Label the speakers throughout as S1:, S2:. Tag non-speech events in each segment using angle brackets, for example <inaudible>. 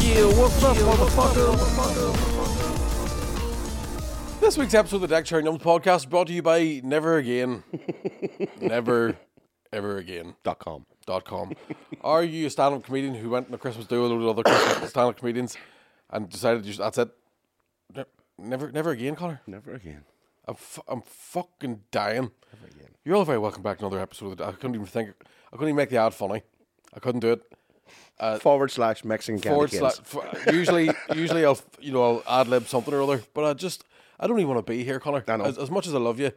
S1: Yeah, what's up, motherfucker?
S2: This week's episode of the Deck Chair Numbs podcast brought to you by Never
S1: <laughs>
S2: Again. Never, ever again.
S1: Dot com.
S2: Dot com. Are you a stand up comedian who went on a Christmas <coughs> do with a load of other stand up comedians and decided just, that's it? Ne- Never, never again, Connor.
S1: Never again.
S2: I'm, f- I'm fucking dying.
S1: Never again.
S2: You're all very welcome back to another episode. Of the, I couldn't even think. I couldn't even make the ad funny. I couldn't do it.
S1: forward slash Mexican candy
S2: Uh, forward
S1: canes.
S2: slash. for- usually, usually I'll you know I'll ad lib something or other, but I just I don't even want to be here, Connor.
S1: I know.
S2: As, as much as I love you,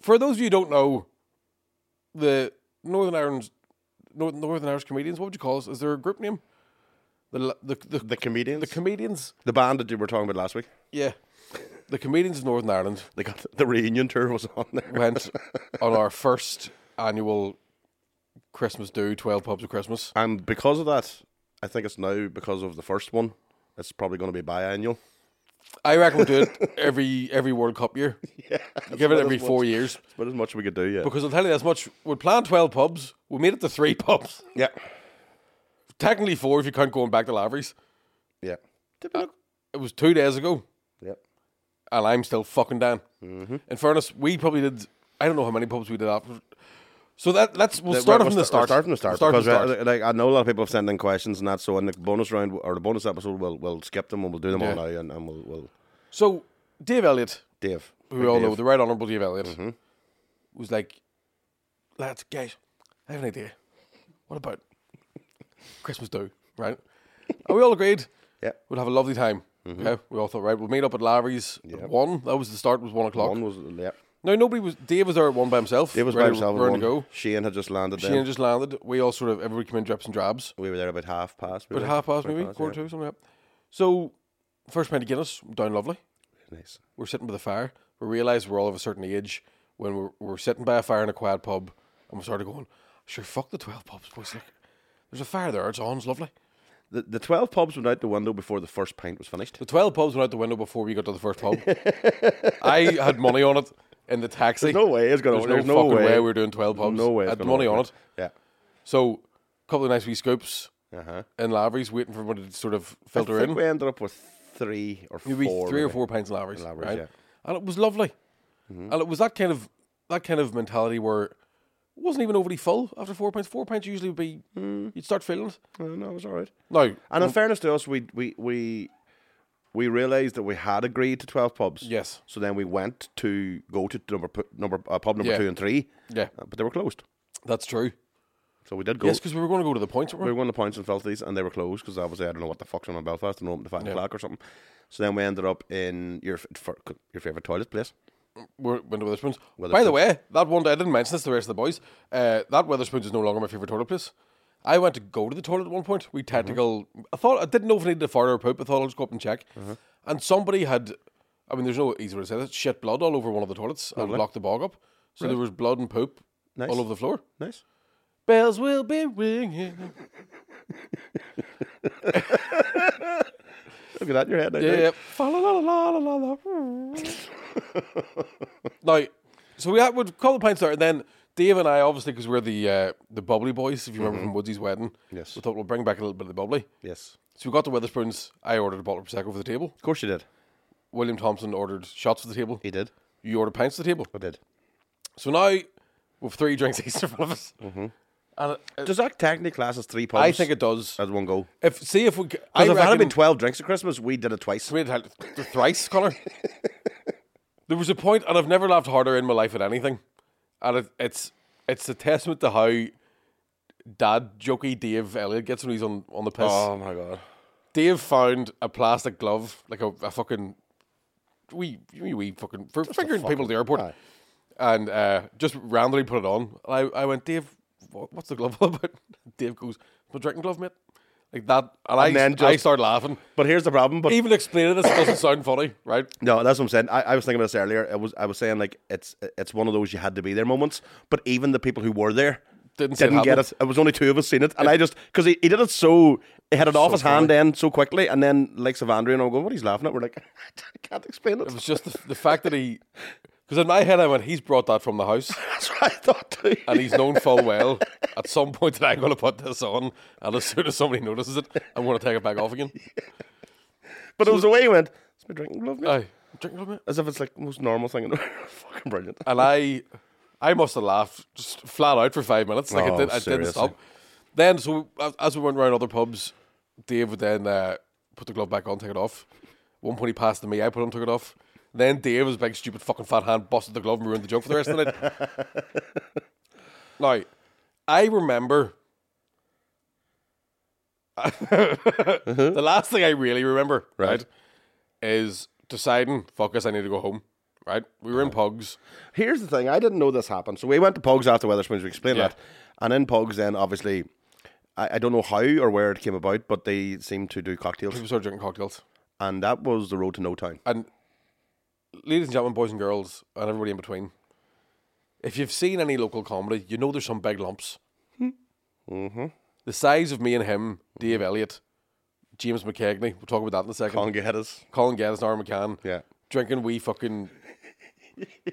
S2: for those of you who don't know, the Northern Ireland's Nor- Northern Irish comedians. What would you call us? Is there a group name? The la- the the,
S1: the comedians.
S2: the
S1: The,
S2: comedians.
S1: band that you were talking about last week.
S2: Yeah, the comedians of Northern Ireland
S1: They got <laughs> the reunion tour was on there.
S2: went on our first annual Christmas do twelve pubs of Christmas.
S1: <laughs> And because of that, I think it's now because of the first one. It's probably going to be
S2: <laughs>
S1: biannual.
S2: I reckon we'll do it every every World Cup
S1: <laughs>
S2: year.
S1: Yeah,
S2: Give it
S1: about
S2: every
S1: as
S2: four
S1: much-
S2: years.
S1: But as much we could do, yeah.
S2: Because I'll tell you this much: we planned twelve pubs. We made it to three <laughs> pubs.
S1: yeah,
S2: Technically four if you count going back to Lavery's.
S1: yeah,
S2: Uh, It was two days ago,
S1: yeah.
S2: and I'm still fucking down.
S1: Mm-hmm.
S2: In fairness, we probably did. I don't know how many pubs we did after. So that let's we'll
S1: Th-
S2: start
S1: we'll
S2: from the
S1: sta- we'll
S2: start.
S1: Start from the start.
S2: We'll start from
S1: because
S2: the start.
S1: uh, like I know a lot of people have sent in questions and that. So in the bonus round or the bonus episode, we'll we'll skip them and we'll do them
S2: Yeah.
S1: all now and, and we'll, we'll
S2: So Dave Elliott,
S1: Dave.
S2: who
S1: Big
S2: we all
S1: Dave.
S2: know, the Right Honourable Dave Elliott,
S1: Mm-hmm.
S2: was like, lads, guys, I have an idea. What about Christmas do, right? and we all agreed
S1: <laughs> Yeah. Mm-hmm.
S2: we'd have a lovely time. Okay? We all thought, right, we'll meet up at Larry's
S1: Yeah.
S2: at one. That was the start, was one o'clock.
S1: One was yeah.
S2: No, nobody was. Dave was there at one by himself.
S1: Dave was by
S2: ready-
S1: himself. at
S2: ready
S1: one.
S2: to go.
S1: Shane had just landed.
S2: Shane
S1: Then.
S2: just landed. We all sort of everybody came in drips and drabs.
S1: we were there about half past.
S2: But half past maybe quarter to something like that. So first pint of Guinness down lovely.
S1: two. Nice.
S2: We're sitting by the fire. We realise we're all of a certain age when we're, we're sitting by a fire in a quiet pub, and we started going, "Sure, fuck the twelve pubs, boys. Like, there's a fire there. It's on. It's lovely."
S1: The, the twelve pubs went out the window before the first pint was finished.
S2: The twelve pubs went out the window before we got to the first
S1: <laughs>
S2: pub. I had money on it in the taxi.
S1: There's no way it's gonna.
S2: There's, no, fucking way. we're doing twelve pubs.
S1: No way.
S2: I
S1: it's
S2: had
S1: gonna
S2: money
S1: work
S2: on
S1: out.
S2: it. So a couple of nice wee scoops
S1: Yeah. Uh huh.
S2: in Lavery's, waiting for everybody to sort of
S1: I
S2: filter
S1: think
S2: in.
S1: we ended up with three or
S2: Maybe
S1: four.
S2: three or
S1: maybe.
S2: four pints of Lavery's,
S1: Lavery's,
S2: right?
S1: yeah. Mm-hmm.
S2: And it was lovely. And it was that kind of that kind of mentality where it wasn't even overly full after four pints. Four pints usually would be
S1: Mm.
S2: you'd start feeling it.
S1: Uh, no, it was all right.
S2: No,
S1: And in fairness to us, we we we we realized that we had agreed to twelve pubs.
S2: Yes.
S1: So then we went to go to number pu- number uh, pub number
S2: Yeah.
S1: two and three,
S2: yeah,
S1: uh, but they were closed.
S2: that's true.
S1: So we did go.
S2: Yes, because we were going to go to the points.
S1: we
S2: Weren't we?
S1: won the points and felt these, and they were closed because obviously I don't know what the fuck's on in Belfast and open to five o'clock or something. So then we ended up in your f- f- your favorite toilet place.
S2: We're, went to Witherspoons. By the way, that one day I didn't mention this to the rest of the boys. Uh, that Witherspoons is no longer my favorite toilet place. I went to go to the toilet at one point. We tactical. I thought I didn't know if I needed a fart or a poop. I thought I'll just go up and check. And somebody had. I mean, there's no easy way to say this. Shit blood all over one of the toilets and blocked the bog up. So there was blood and poop
S1: Nice.
S2: all over the floor.
S1: Nice.
S2: Bells will be ringing.
S1: Look at that in your head. now, dude.
S2: Yeah. Fa-la-la-la-la-la-la. <laughs> now, so we had would call the pints there, and then Dave and I, obviously, because we're the uh, the bubbly boys, if you remember from Woodsy's wedding,
S1: Mm-hmm. Yes.
S2: we thought we'll bring back a little bit of the bubbly.
S1: Yes.
S2: So we got to Witherspoons. I ordered a bottle of prosecco for the table.
S1: Of course you did.
S2: William Thompson ordered shots for the table.
S1: He did.
S2: You ordered pints for the table.
S1: I did.
S2: <laughs> So
S1: Mm-hmm.
S2: now we've three drinks each in front of us. And it- it-
S1: Does that technically class as three pubs?
S2: I think it does.
S1: As one go.
S2: If see if we, c- I
S1: Because if it had
S2: reckon-
S1: been 12 drinks at Christmas, we did it twice.
S2: We had th- thrice, Connor. there was a point, and I've never laughed harder in my life at anything, and it, it's it's a testament to how dad jokey Dave Elliot gets when he's on on the piss.
S1: my god.
S2: Dave found a plastic glove, like a, a fucking wee wee, wee fucking for fingering people at the airport,
S1: aye.
S2: and uh, just randomly put it on. And I I went, Dave, wha- what's the glove about? <laughs> Dave goes, "It's my drinking glove, mate. Like that, and, I
S1: then
S2: I
S1: just-
S2: start laughing.
S1: But here's the problem. But
S2: Even explaining this doesn't sound funny, right?
S1: No, that's what I'm saying. I, I was thinking about this earlier. It was I was saying like it's it's one of those you had to be there moments. But even the people who were there
S2: Didn't see it
S1: didn't get
S2: happen.
S1: it. It was only two of us seen it, and I just because he, he did it so he had it off his hand then so quickly, and then like Savandri and I go, what he's laughing at. We're like, <laughs> I can't explain it.
S2: It was just the, the fact that he, because in my head I went, he's brought that from the house,
S1: <laughs> that's what I thought too.
S2: and he's known full well at some point that I'm going to put this on, and as soon as somebody notices it, I'm going to take it back off again.
S1: <laughs> but it was the way he went. It's my drinking glove, mate.
S2: Aye, drink a little bit.
S1: As if it's like the most normal thing. in the <laughs> world. Fucking brilliant.
S2: And I, I must have laughed just flat out for five minutes. Like
S1: Oh,
S2: I, did, I didn't
S1: seriously.
S2: stop. Then so as- as we went round other pubs, Dave would then uh, put the glove back on, take it off. One point he passed to me, I put it on, took it off. Then Dave, his big stupid fucking fat hand, busted the glove and ruined the joke for the rest of the night.
S1: <laughs>
S2: now, I remember. <laughs> the last thing I really remember,
S1: Right.
S2: right, is deciding, fuck us, I need to go home, right? We
S1: Uh-huh.
S2: were in pugs.
S1: Here's the thing. I didn't know this happened. So we went to Pogs after Weatherspoons. We explained
S2: Yeah.
S1: that. And in Pogs, then obviously, I, I don't know how or where it came about, but they seemed to do cocktails.
S2: People started drinking cocktails.
S1: And that was the road to no town.
S2: And ladies and gentlemen, boys and girls, and everybody in between, if you've seen any local comedy, you know there's some big lumps. Mm-hmm.
S1: Mm-hmm.
S2: The size of me and him, Dave Elliott, James McKegney, we'll talk about that in a second.
S1: Can't get us.
S2: Colin Geddes, Nara McCann.
S1: Yeah.
S2: Drinking wee fucking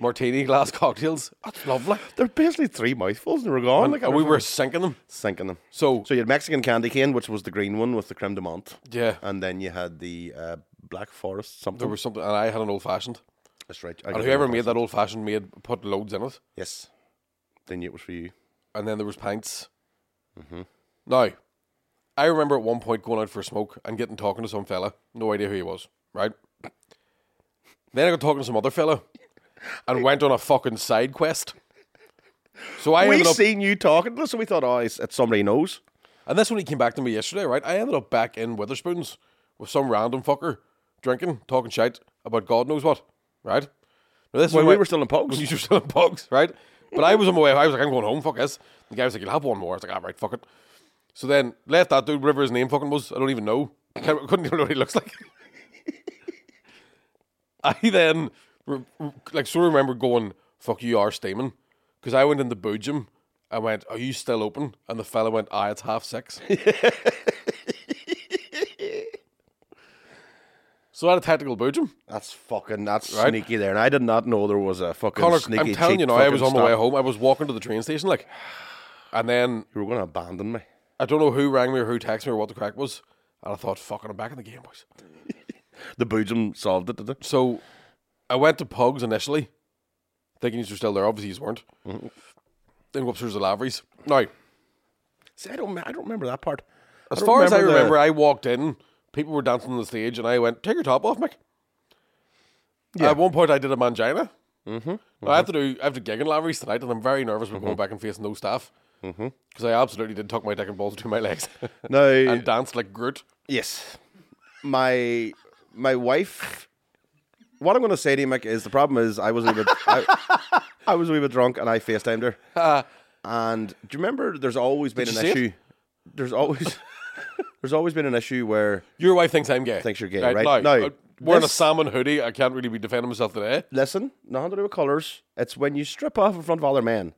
S2: martini glass <laughs> cocktails. That's lovely.
S1: They're basically three mouthfuls and they were gone. like, I
S2: and we
S1: was
S2: were sinking them.
S1: sinking them.
S2: So,
S1: So you had Mexican candy cane, which was the green one with the creme de menthe.
S2: yeah,
S1: And then you had the uh, black forest something.
S2: there was something, and I had an old fashioned.
S1: That's right. Um, I got
S2: And
S1: the
S2: whoever
S1: wrong
S2: made
S1: person.
S2: that old fashioned made put loads in it.
S1: Yes. They knew it was for you.
S2: and then there was pints. Now, I remember at one point going out for a smoke and getting talking to some fella, no idea who he was, right? Then I got talking to some other fella and went on a fucking side quest. So I
S1: we
S2: ended up,
S1: seen you talking to us, so we thought, oh, it's, it's somebody he knows.
S2: and that's when he came back to me yesterday, right? I ended up back in Witherspoons with some random fucker drinking, talking shite about God knows what, right? Now, this is
S1: Well,
S2: why-
S1: we were still
S2: <laughs>
S1: in Pogs.
S2: You were still in Pogs, right? But I was on my way. I was like, I'm going home. Fuck this. The guy was like, you'll have one more. I was like, all right, fuck it. So then left that dude, whatever his name fucking was. I don't even know. <laughs> I can't- couldn't even know what he looks like. I then re- re- like sort of remember going, "Fuck you, are steaming," because I went in the boo gym. I went, "Are you still open?" And the fella went, "Ah, it's half
S1: <laughs>
S2: six. so I had a tactical boo gym.
S1: That's fucking that's
S2: Right?
S1: sneaky there, and I did not know there was a fucking
S2: Connor,
S1: sneaky.
S2: I'm telling
S1: cheap
S2: you now, I
S1: fucking
S2: was on my
S1: stop.
S2: way home. I was walking to the train station, like, and then
S1: You were going to abandon me.
S2: I don't know who rang me or who texted me or what the crack was, and I thought, "Fucking, I'm back in the game, boys."
S1: The boojum solved it, did it?
S2: So I went to Pugs initially, thinking you were still there. Obviously, you weren't.
S1: Mm-hmm.
S2: Then go upstairs to Lavery's. Now,
S1: See, I don't, I don't remember that part.
S2: As
S1: don't
S2: far as I
S1: the-
S2: remember, I walked in, people were dancing on the stage, and I went, "Take your top off, Mick." At one point, I did a mangina. Mm-hmm, I have to do. I have to gig in Lavery's tonight, and I'm very nervous
S1: Mm-hmm.
S2: about going back and facing no staff because I absolutely did tuck my dick and balls between my legs
S1: <laughs>
S2: <laughs>
S1: no,
S2: and danced like Groot.
S1: yes, my my wife. What I'm going to say to you, Mick, is the problem is I was a wee bit, I, I was a wee bit drunk, and I FaceTimed her. and do you remember? There's always been
S2: you
S1: an
S2: see it?
S1: issue. There's always <laughs> there's always been an issue where
S2: Your wife thinks I'm gay.
S1: Thinks you're gay, right?
S2: Now,
S1: Now,
S2: uh, wearing a
S1: this-
S2: salmon hoodie, I can't really be defending myself today.
S1: listen, nothing to do with colours. It's when you strip off in front of other men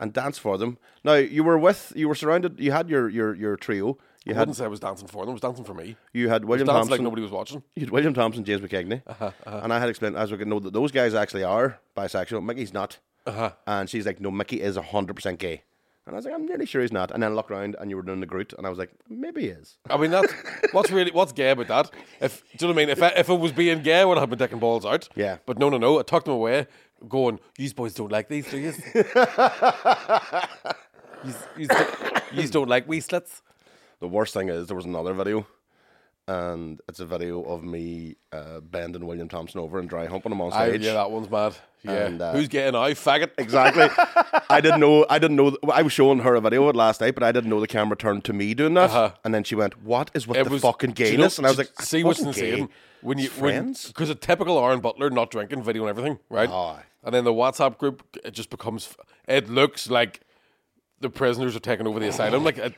S1: and dance for them. Now you were with, you were surrounded. You had your your your trio. You
S2: I
S1: had
S2: wouldn't say I was dancing for them. I was dancing for me.
S1: you had William
S2: Danced
S1: Thompson.
S2: like nobody was Uh-huh, watching.
S1: you had William Thompson, James McKegney, and I had explained as we could know that those guys actually are bisexual. Mickey's not,
S2: Uh-huh.
S1: and she's like, no, Mickey is hundred percent gay. And I was like, I'm nearly sure he's not. And then I looked around and you were doing the Groot, and I was like, maybe he is. <laughs>
S2: I mean, that's what's really what's gay about that. If do you know what I mean? If I, if it was being gay, I would have been taking balls out.
S1: Yeah.
S2: But no, no, no.
S1: <laughs>
S2: I tucked them away, going. These boys don't like these, do you? Ye's, ye's, ye's don't like wee slits.
S1: The worst thing is there was another video, and it's a video of me uh, bending William Thompson over and dry humping him on
S2: I,
S1: stage.
S2: yeah, that one's mad. Yeah.
S1: And, uh,
S2: Who's getting out, faggot?
S1: Exactly. I didn't know. I didn't know. th- I was showing her a video of it last night, but I didn't know the camera turned to me doing that. And then she went, "What is with
S2: Uh-huh. It
S1: the
S2: was
S1: fucking
S2: do you know-
S1: gayness?" and I was
S2: do-
S1: like, I
S2: "See what's
S1: wasn't gay.
S2: insane when you
S1: It's friends."
S2: because a typical Aaron Butler not drinking video and everything, right?
S1: Aye.
S2: And then the WhatsApp group it just becomes it looks like the prisoners are taking over the asylum. Like it,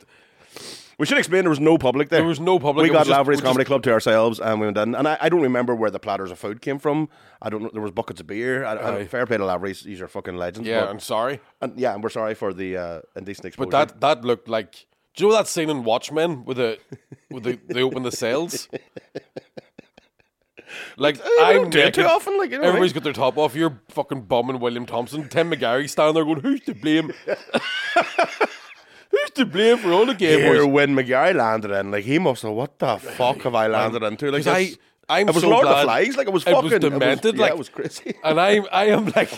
S1: We should explain there was no public there.
S2: There was no public.
S1: We
S2: It was
S1: got
S2: just-
S1: Lavery's
S2: we
S1: Comedy
S2: just-
S1: Club to ourselves, and we went in. And I, I don't remember where the platters of food came from. I don't know. There was buckets of beer. I, I,
S2: Aye.
S1: fair play to Lavery's. These are fucking legends.
S2: yeah,
S1: but-
S2: I'm sorry,
S1: and yeah, and we're sorry for the uh, indecent exposure.
S2: but that that looked like. Do you know that scene in Watchmen with the with the they open the
S1: <laughs>
S2: cells? Like
S1: don't
S2: I'm
S1: do it
S2: naked.
S1: too often, like, you know what I
S2: Everybody's
S1: mean?
S2: got their top off. You're fucking bombing William Thompson. Tim McGarry standing there going, "Who's to
S1: <laughs>
S2: blame? Who's to blame for all the game boys?"
S1: here when McGarry landed in, like he must have. What the fuck have I landed into?
S2: Um,
S1: Like
S2: 'Cause I-
S1: this-
S2: I'm
S1: it was
S2: so
S1: Lord of
S2: glad-
S1: the Flies. Like it was
S2: it was
S1: fucking
S2: demented,
S1: yeah,
S2: like-
S1: it was crazy. <laughs>
S2: and I'm I am like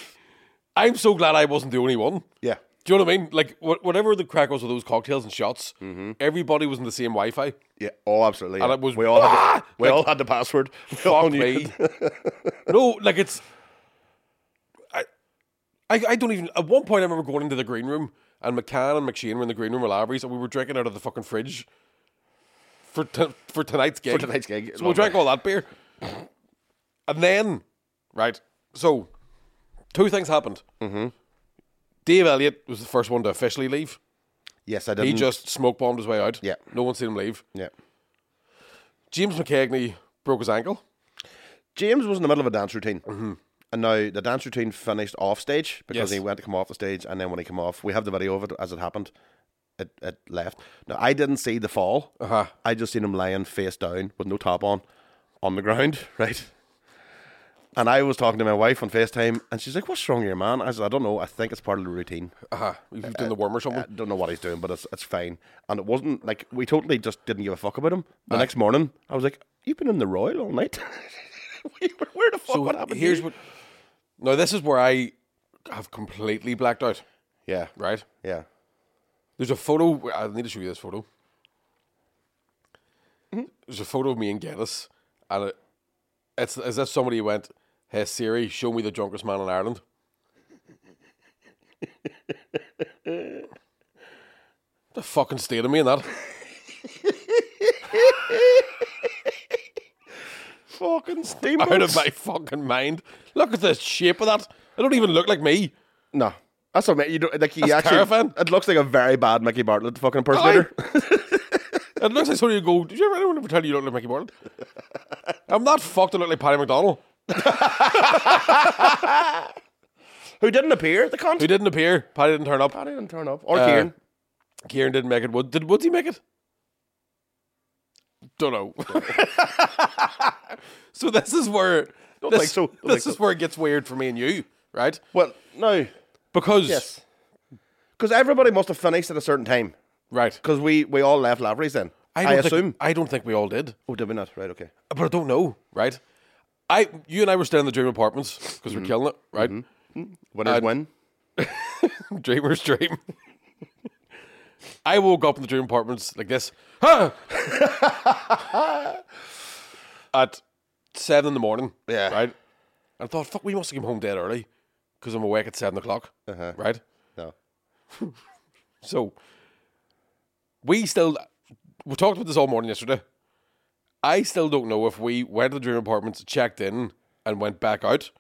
S2: I'm so glad I wasn't the only one.
S1: Yeah.
S2: Do you know what I mean? Like wha- whatever the crack was with those cocktails and shots, everybody was in the same Wi-Fi.
S1: yeah. Oh, absolutely.
S2: And
S1: yeah.
S2: it was-
S1: we all
S2: <laughs>
S1: had the,
S2: Ah!
S1: we
S2: Like,
S1: all had the password. <laughs> We all knew
S2: me.
S1: it. <laughs>
S2: no, like it's I, I I don't even at one point I remember going into the green room and McCann and McShane were in the green room with Lavery's and we were drinking out of the fucking fridge for t- for tonight's gig.
S1: For tonight's gig,
S2: So we drank all that beer. And then right, so two things happened. Mm-hmm. Dave Elliott was the first one to officially leave.
S1: Yes, I did.
S2: He just smoke bombed his way out.
S1: Yeah.
S2: No one seen him leave.
S1: yeah.
S2: James McKegney broke his ankle.
S1: James was in the middle of a dance routine. And now the dance routine finished off stage because
S2: Mm-hmm. Yes.
S1: he went to come off the stage. And then when he came off, we have the video of it as it happened. It, it left. Now, I didn't see the fall.
S2: Uh-huh.
S1: I just seen him lying face down with no top on on the ground, <laughs> right? And I was talking to my wife on FaceTime and she's like, What's wrong here, man? I said, I don't know. I think it's part of the routine.
S2: Uh-huh. He was doing the worm or something.
S1: Uh, I don't know what he's doing, but it's, it's fine. And it wasn't like we totally just didn't give a fuck about him. The next morning, I was like, You've been in the Royal all night. <laughs> Where the fuck?
S2: So
S1: what happened?
S2: here's
S1: here?
S2: what. No, this is where I have completely blacked out.
S1: Yeah.
S2: Right?
S1: Yeah.
S2: There's a photo. where- I need to show you this photo.
S1: Mm-hmm.
S2: There's a photo of me and Guinness, and it, it's as if somebody went, "Hey Siri, show me the drunkest man in
S1: <laughs>
S2: Ireland." the fucking state of me in that.
S1: Fucking steamboats.
S2: out of my fucking mind. Look at the shape of that. It don't even look like me.
S1: No. That's what I mean. You don't, like, he
S2: That's
S1: actually,
S2: terrifying.
S1: It looks like a very bad Mickey Bartlett fucking impersonator.
S2: <laughs> It looks like somebody would go, Did you ever anyone ever tell you you look like Mickey Bartlett? I'm not fucked to look like Paddy McDonald,
S1: <laughs> Who didn't appear? The cunt.
S2: who didn't appear. Paddy didn't turn up.
S1: I didn't turn up. Or
S2: Uh,
S1: Kieran.
S2: Kieran didn't make it. Wood did Woodsy make it? Don't know. <laughs> so this is where this,
S1: think so. Don't
S2: this
S1: think
S2: is
S1: so.
S2: where it gets weird for me and you, right?
S1: Well, no.
S2: Because
S1: Yes. Because everybody must have finished at a certain time.
S2: right.
S1: Because we, we all left Lavery's then. I,
S2: don't think-
S1: assume.
S2: I don't think we all did.
S1: oh, did we not? Right, okay.
S2: but I don't know, right? I, you and I were staying in the dream apartments because
S1: Mm-hmm.
S2: we're killing it, right?
S1: Winners
S2: I'd-
S1: win.
S2: Dreamer's <laughs> dream. <laughs> I woke up in the dream apartments like this, "Huh!" <laughs> at seven in the morning,
S1: Yeah.
S2: right? And I thought, fuck, we must have come home dead early because I'm awake at seven o'clock,
S1: Uh-huh.
S2: right?
S1: No.
S2: So we still we talked about this all morning yesterday. I still don't know if we went to the dream apartments, checked in, and went back out,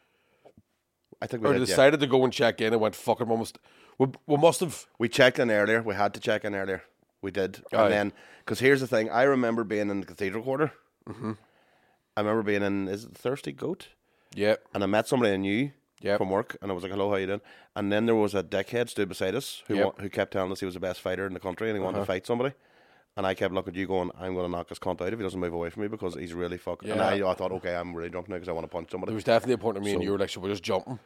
S1: I think we
S2: or
S1: did, yeah.
S2: decided to go and check in and went fucking almost. We, we must have.
S1: We checked in earlier. We had to check in earlier. We did.
S2: Aye.
S1: And then, because here's the thing I remember being in the Cathedral Quarter. Mm-hmm. I remember being in, is it the Thirsty Goat?
S2: Yeah,
S1: and I met somebody I knew
S2: Yep.
S1: from work, and I was like, "Hello, how you doing?" And then there was a dickhead stood beside us who
S2: Yep. Uh-huh.
S1: wa- who kept telling us he was the best fighter in the country, and he wanted to fight somebody. And I kept looking at you, going, "I'm going to knock this cunt out if he doesn't move away from me because he's really fucking." And
S2: Yeah.
S1: I, I thought, okay, I'm really drunk now because I want to punch somebody.
S2: there was definitely a point of me and you were like, should we just jump? 'em?"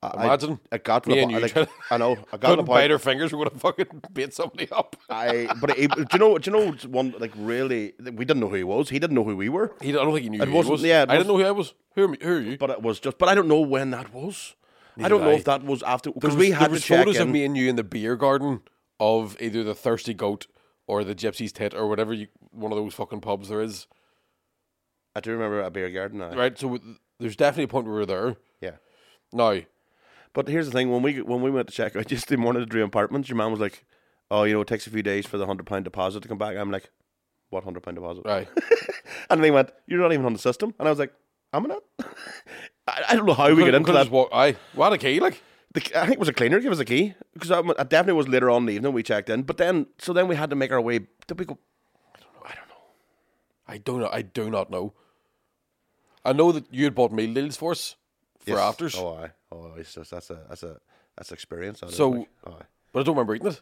S1: I-
S2: Imagine
S1: I, got to
S2: me
S1: the
S2: and
S1: point.
S2: you
S1: Like,
S2: trying-
S1: I know. I got to
S2: Couldn't
S1: the
S2: bite
S1: point.
S2: our fingers. We're gonna fucking beat somebody up.
S1: I, but he, do you know? Do you know? One like really, we didn't know who he was. He didn't know who we were.
S2: He, I don't think he knew.
S1: It
S2: who
S1: wasn't-
S2: He was.
S1: yeah, it
S2: I didn't know who I was. Who, am- who are you?
S1: But it was just. But I don't know when that was. I
S2: Neither
S1: don't
S2: did
S1: know
S2: I.
S1: if that was after because
S2: There
S1: we
S2: was-
S1: had
S2: there was
S1: to check
S2: photos
S1: in.
S2: of me and you in the beer garden of either the Thirsty Goat or the Gypsy's Tit or whatever you, one of those fucking pubs there is.
S1: I do remember a beer garden now.
S2: Right? So w- there's definitely a point where we were there.
S1: Yeah.
S2: Now,
S1: But here's the thing: when we when we went to check <laughs> out just in one of the dream apartments, your mom was like, "Oh, you know, it takes a few days for the hundred pound deposit to come back." I'm like, "What hundred pound deposit?"
S2: right.
S1: <laughs> And they went, "You're not even on the system," and I was like, "Am I not?" <laughs> I, I don't know how we get
S2: Could've-
S1: into
S2: could've
S1: that.
S2: just walk- aye. We had a key, like.
S1: The, I think it was a cleaner gave us a key because I, I definitely was later on in the evening we checked in, but then so then we had to make our way. Did we go?
S2: I do not. I do not know. I know that you had bought meal deals for us for
S1: Yes.
S2: afters,
S1: Oh, aye. oh, it's just that's a that's a that's experience. that is,
S2: So-
S1: like, aye.
S2: but I don't remember eating it.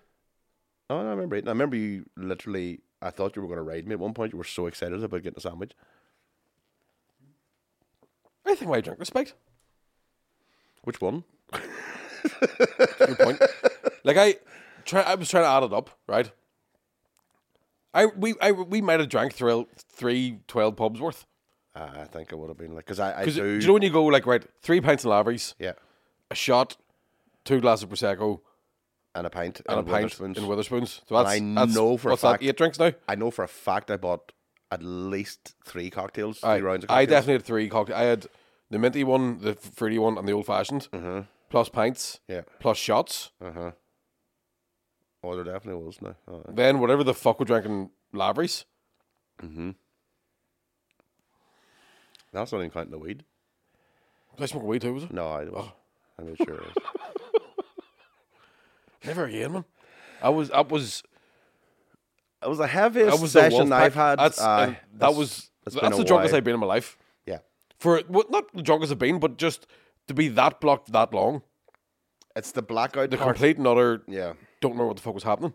S1: Oh, no, I remember it. I remember you literally. I thought you were going to ride me at one point. You were so excited about getting a sandwich.
S2: I think my drink respect.
S1: Which one?
S2: Good
S1: <laughs>
S2: point. like I, try. I was trying to add it up, right? I we I we might have drank three three twelve pubs worth.
S1: Ah, I think I would have been like because I, I do.
S2: Because do you know when you go like right three pints of Lavery's,
S1: yeah,
S2: a shot, two glasses of prosecco,
S1: and a pint
S2: and, a pint
S1: Witherspoons.
S2: in Witherspoons. So that's
S1: I
S2: that's-
S1: know for a
S2: what's
S1: fact-
S2: that eight drinks now.
S1: I know for a fact I bought at least three cocktails, three
S2: I,
S1: rounds. of
S2: I
S1: cocktails.
S2: definitely had three cocktails. I had the minty one, the f- fruity one, and the old fashioned. Plus pints.
S1: Mm-hmm. Yeah.
S2: Plus shots.
S1: Uh-huh. Oh, there definitely was no. Oh, aye.
S2: Then whatever the fuck we drank in Lavery's.
S1: that's not even counting the weed.
S2: Did I smoke weed too? Was it?
S1: No, I was. I made sure. It was.
S2: Never again, man. I was. I was.
S1: It was the
S2: I
S1: heaviest
S2: was the
S1: session
S2: Wolfpack.
S1: I've had.
S2: That's,
S1: aye.
S2: uh, that
S1: That's-
S2: was.
S1: it's
S2: That's,
S1: been a
S2: the drunkest
S1: while.
S2: I've been in my life.
S1: Yeah,
S2: For well, not the drunkest I've been, but just to be that blocked that long,
S1: it's the blackout.
S2: the
S1: part.
S2: complete and utter.
S1: Yeah,
S2: Don't remember what the fuck was happening.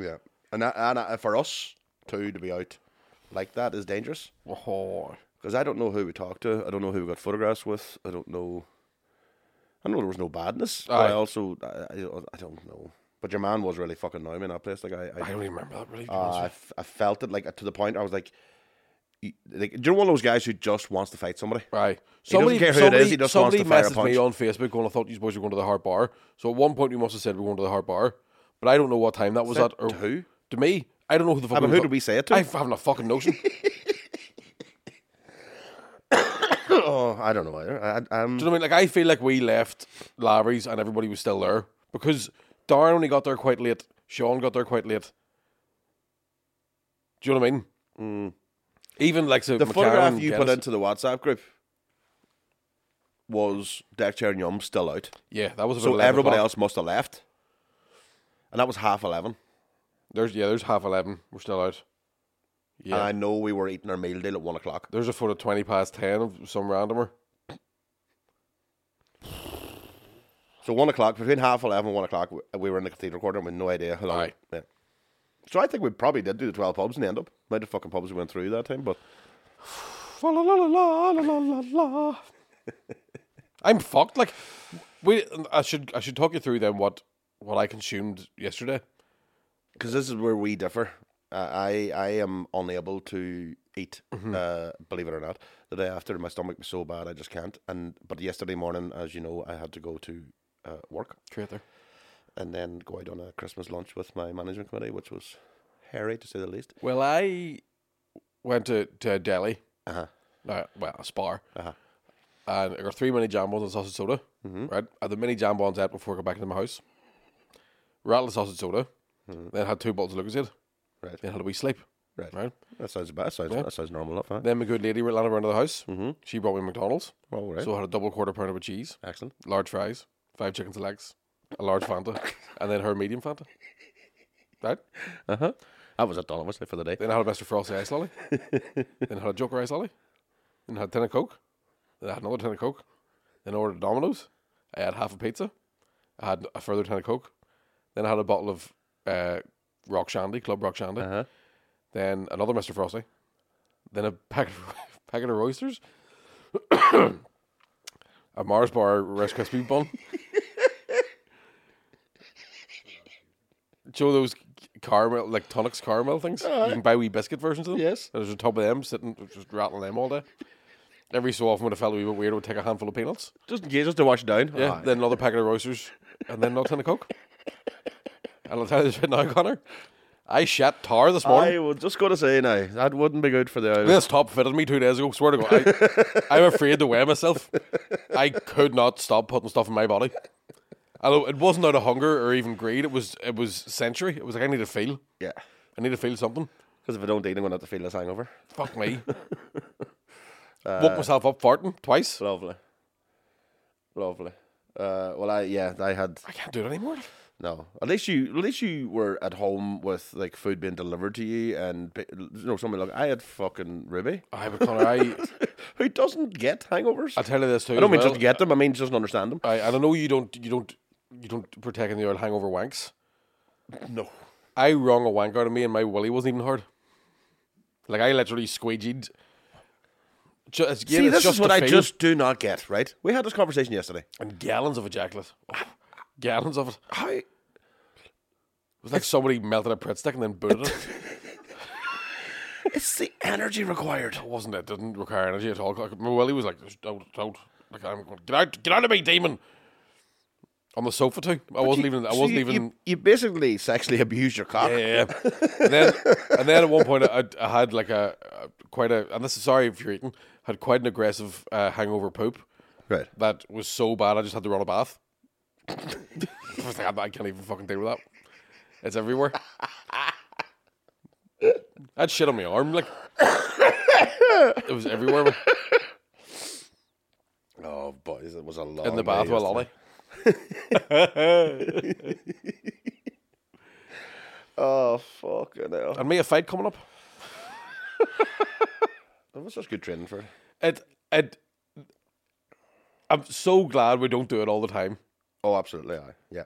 S1: yeah, and that, and uh, for us too to be out like that is dangerous.
S2: Oh,
S1: because I don't know who we talked to. I don't know who we got photographs with. I don't know. I know there was no badness, but I
S2: Aye.
S1: also I, I, I don't know. But your man was really fucking annoying me in that place. Like I,
S2: I
S1: I,
S2: don't even remember that really. to be
S1: uh,
S2: honest
S1: I,
S2: with
S1: f- I felt it like to the point I was like, y- like you're one of those guys who just wants to fight somebody.
S2: you. Right.
S1: He doesn't care who it is, he just wants
S2: somebody
S1: to fire a
S2: messaged me on Facebook and I thought you boys were going to the hard bar. So at one point we must have said we're going to the hard bar, but I don't know what time that was
S1: Said
S2: at or
S1: to who?
S2: To me, I don't know who the fuck.
S1: I mean,
S2: we
S1: who
S2: thought-
S1: did we say it to?
S2: I haven't a fucking
S1: <laughs>
S2: notion. Do
S1: Oh, I don't know either. I, I, um,
S2: you know what I mean? Like I feel like we left Larry's and everybody was still there because Darren only got there quite late. Sean got there quite late. Do you know what I mean? Even like so
S1: Mm. the photograph
S2: McCarran,
S1: you put
S2: Guinness-
S1: into the WhatsApp group was Deck Chair and Yum still out,
S2: yeah, that was about
S1: so
S2: 11
S1: everybody
S2: o'clock.
S1: else must have left, and that was half eleven.
S2: There's yeah, there's half eleven. We're still out. Yeah,
S1: And I know we were eating our meal deal at one o'clock.
S2: There's a photo twenty past ten of some randomer.
S1: So one o'clock, between half eleven and one o'clock, we- we were in the cathedral quarter and we had no idea how long.
S2: Aye.
S1: Yeah. So I think we probably did do the twelve pubs and end up. Might have fucking pubs we went through that time, but
S2: Fa la la la la la la la la. <laughs> I'm fucked. Like, we. I should. I should talk you through then what what I consumed yesterday.
S1: because this is where we differ. Uh, I I am unable to eat. Uh, believe it or not, the day after my stomach was so bad I just can't. And but yesterday morning, as you know, I had to go to uh, work
S2: Traitor.
S1: and then go out on a Christmas lunch with my management committee, which was hairy to say the least.
S2: Well, I went to to a deli.
S1: Uh-huh.
S2: Uh, well, a spar. Uh-huh. Mm-hmm. And I got three mini jambons and sausage soda. Right. I had the mini jambons out before I got back into my house. Rattled the sausage soda. Then had two bottles of Lucozade.
S1: Right.
S2: Then had a wee sleep.
S1: Right.
S2: Mm-hmm. Right.
S1: That sounds bad. Sounds that sounds normal enough. Huh?
S2: Then my good lady ran around to the house. Mm-hmm. She brought me McDonald's.
S1: All right.
S2: So I had a double quarter pounder with cheese.
S1: Excellent.
S2: large fries, five chicken legs, a large Fanta, and then her medium Fanta. Right?
S1: That was a dollar obviously for the day.
S2: Then I had a Mr. Frosty ice lolly. then I had a Joker ice lolly. Then I had a tin of Coke. Then I had another tin of Coke. Then I ordered Domino's. I had half a pizza. I had a further tin of Coke. Then I had a bottle of uh, Rock Shandy, Club Rock Shandy.
S1: Uh-huh.
S2: Then another Mr. Frosty. Then a <laughs> packet of, packet of oysters. <coughs> a Mars bar Rice Krispie bun. <laughs> Joe, those caramel, like tonics caramel things. You can buy wee biscuit versions of them.
S1: Uh-huh. Yes.
S2: There's a tub of them sitting, just rattling them all day. Every so often, when a fella wee bit weird would take a handful of peanuts.
S1: Just in case, just to wash it down.
S2: Yeah.
S1: Aye.
S2: Then another packet of oysters, and then another tin of coke. and I'll tell you this right now, Connor. I shat tar this morning.
S1: I was just going to say now, that wouldn't be good for the Irish.
S2: This top fitted me two days ago. Swear to God,
S1: <laughs>
S2: I, I'm afraid to wear myself. I could not stop putting stuff in my body. Although it wasn't out of hunger or even greed, it was it was sensory. It was like I need to feel.
S1: Yeah.
S2: I need to feel something.
S1: Because if I don't eat, I'm going to have to feel this hangover.
S2: Fuck
S1: <laughs>
S2: me. Woke myself up farting twice.
S1: Lovely. Lovely. Uh, well, I, yeah, I had,
S2: I can't do it anymore.
S1: no. At least you, at least you were at home with like food being delivered to you and, pe- you know, something like, I had fucking Ruby. <laughs>
S2: I but Connor, I
S1: Who doesn't get hangovers?
S2: I'll tell you this too.
S1: I don't
S2: as
S1: mean
S2: well. Uh,
S1: just to get them. I mean just to understand them.
S2: I, I don't know you don't you don't you don't partake in the old hangover wanks.
S1: No.
S2: I wrung a wank out of me and my willy wasn't even hard. Like I literally squeegeed. Ju- it's- again,
S1: See,
S2: it's
S1: this
S2: just
S1: is what
S2: the
S1: I
S2: feel
S1: just do not get. Right? We had this conversation yesterday.
S2: and gallons of ejaculate, Oh, gallons of it.
S1: How? It
S2: It was like somebody melted a Pritt stick and then booted it.
S1: It's the <laughs> energy required.
S2: It wasn't it? Didn't require energy at all. Like, My willy was like, "Just don't, don't, like I'm going, get out, get out of me, demon. On the sofa too. I wasn't even. I
S1: So
S2: wasn't
S1: you-
S2: even.
S1: You, you basically sexually <laughs> abuse your cock.
S2: Yeah, yeah. yeah. and then and then at one point I, I had like a, a quite a and this is sorry if you're eating had quite an aggressive uh, hangover poop
S1: Right.
S2: that was so bad I just had to run a bath. <laughs> I was like, I'm not- I can't even fucking deal with that. It's everywhere. I had shit on my arm, like it was everywhere man.
S1: Oh, boys, it was a long
S2: in the
S1: day
S2: bath with
S1: yesterday.
S2: Lolly.
S1: Oh, fucking hell.
S2: And me a fight coming up.
S1: That was just good training for it.
S2: It it. I'm so glad we don't do it all the time.
S1: Oh, absolutely, aye. Yeah.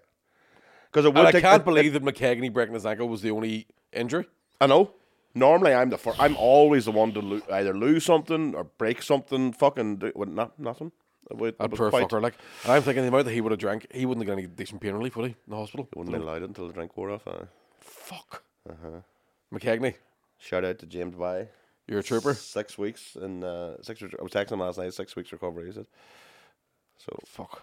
S1: Because
S2: And I can't believe that McKagney breaking his ankle was the only injury.
S1: I know. Normally, I'm the first. I'm always the one to lo- either lose something or break something. Fucking do- well, not nothing. It wa- it
S2: That
S1: was
S2: poor
S1: quite-
S2: fucker. Like, and I'm thinking the amount that he would have drank, he wouldn't have got any decent pain relief, would he? In the hospital.
S1: It wouldn't be allowed until the drink wore off. Aye.
S2: Fuck. Uh-huh. McKagney,
S1: Shout out to James By.
S2: you're a
S1: <laughs>
S2: trooper.
S1: Six weeks and uh, six. re- I was texting him last night. Six weeks recovery. Is it? So
S2: Fuck.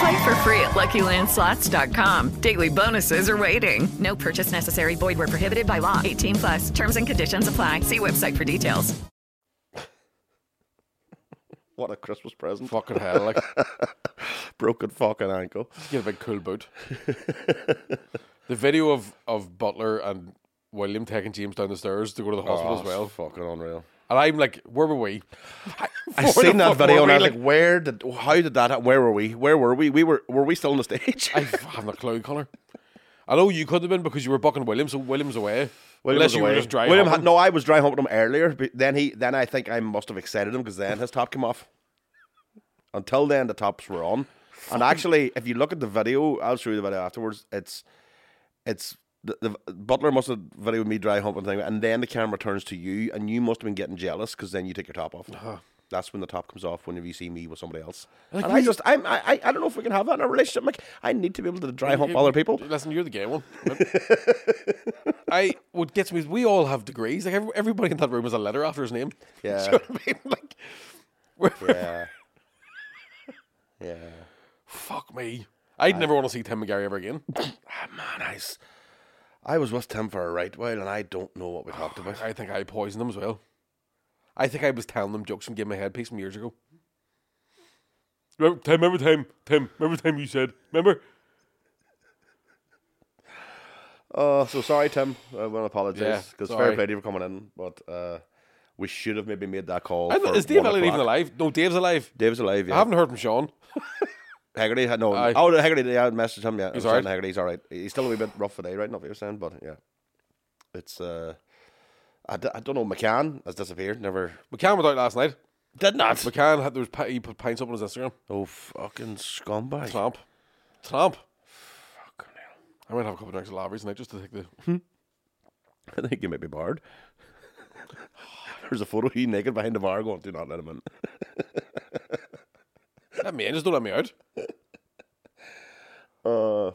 S3: Play for free at LuckyLandSlots.com. Daily bonuses are waiting. No purchase necessary. Void were prohibited by law. 18 plus. Terms and conditions apply. See website for details.
S1: what a Christmas present.
S2: Fucking hell. Like,
S1: Broken fucking ankle.
S2: get a big cool boot.
S1: <laughs>
S2: the video of, of Butler and William taking James down the stairs to go to the hospital
S1: Oh,
S2: as well.
S1: fucking unreal.
S2: And I'm like, where were we?
S1: I
S2: Where the
S1: seen that
S2: fuck
S1: video
S2: were
S1: and
S2: we?
S1: I was like, "Where did? How did that? ha- Where were we? Where were we? We were. Were we still on the stage?
S2: I have no clue, Connor. I know you could have been because you were bucking William, so William's away.
S1: William
S2: Unless
S1: was
S2: you
S1: away.
S2: were just dry
S1: William
S2: humping.
S1: had, no, I was dry humping him earlier, but then he then I think I must have excited him because then his top came off. Until then, the tops were on, and actually, if you look at the video, I'll show you the video afterwards. It's it's the, the butler must have videoed me dry humping thing, and then the camera turns to you, and you must have been getting jealous because then you take your top off.
S2: Uh-huh.
S1: That's when the top comes off whenever you see me with somebody else. and I just, I'm, I, I- I don't know if we can have that in a relationship. Like, I need to be able to dry hump other
S2: <laughs>
S1: people.
S2: Listen, you're the gay one. <laughs> I what gets me is we all have degrees. Like every, everybody in that room has a letter after his name. <laughs>
S1: Yeah.
S2: Do you know what I mean? Like, we're-
S1: Yeah, yeah.
S2: <laughs> fuck me. I'd never want to see Tim McGarry ever again.
S1: Man, I, s- I was with Tim for a right while, and I don't know what we talked about.
S2: I think I poisoned them as well. I think I was telling them jokes and giving my headpiece from years ago. Remember, Tim, remember time, Tim, remember time you said, remember?
S1: Oh, so sorry, Tim. I want to apologize
S2: Yeah,
S1: because fair
S2: sorry.
S1: play to you for coming in, but uh, we should have maybe made that call.
S2: I thought-
S1: for
S2: is Dave
S1: one
S2: Elliott even
S1: o'clock.
S2: alive? No, Dave's alive.
S1: Dave's alive. Yeah.
S2: I haven't heard from Sean.
S1: Haggerty had no.
S2: Aye.
S1: Oh, Haggerty. Yeah, I messaged him.
S2: He's
S1: Yeah, I was saying
S2: alright?
S1: Haggerty, He's all right. He's still a wee bit rough today, right? Not what you're saying, but yeah, it's. uh I, d- I don't know. McCann has disappeared. Never
S2: McCann was out last night.
S1: did not.
S2: McCann had, there was, pi- he put pints up on his Instagram.
S1: oh fucking scumbag!
S2: Tramp. Tramp. I might have a couple drinks of Lavery's tonight just to take the. <laughs>
S1: I think you might be barred. <laughs> There's a photo of you naked behind the bar going, do not let him in.
S2: Let me in. Just don't let me out.
S1: Uh,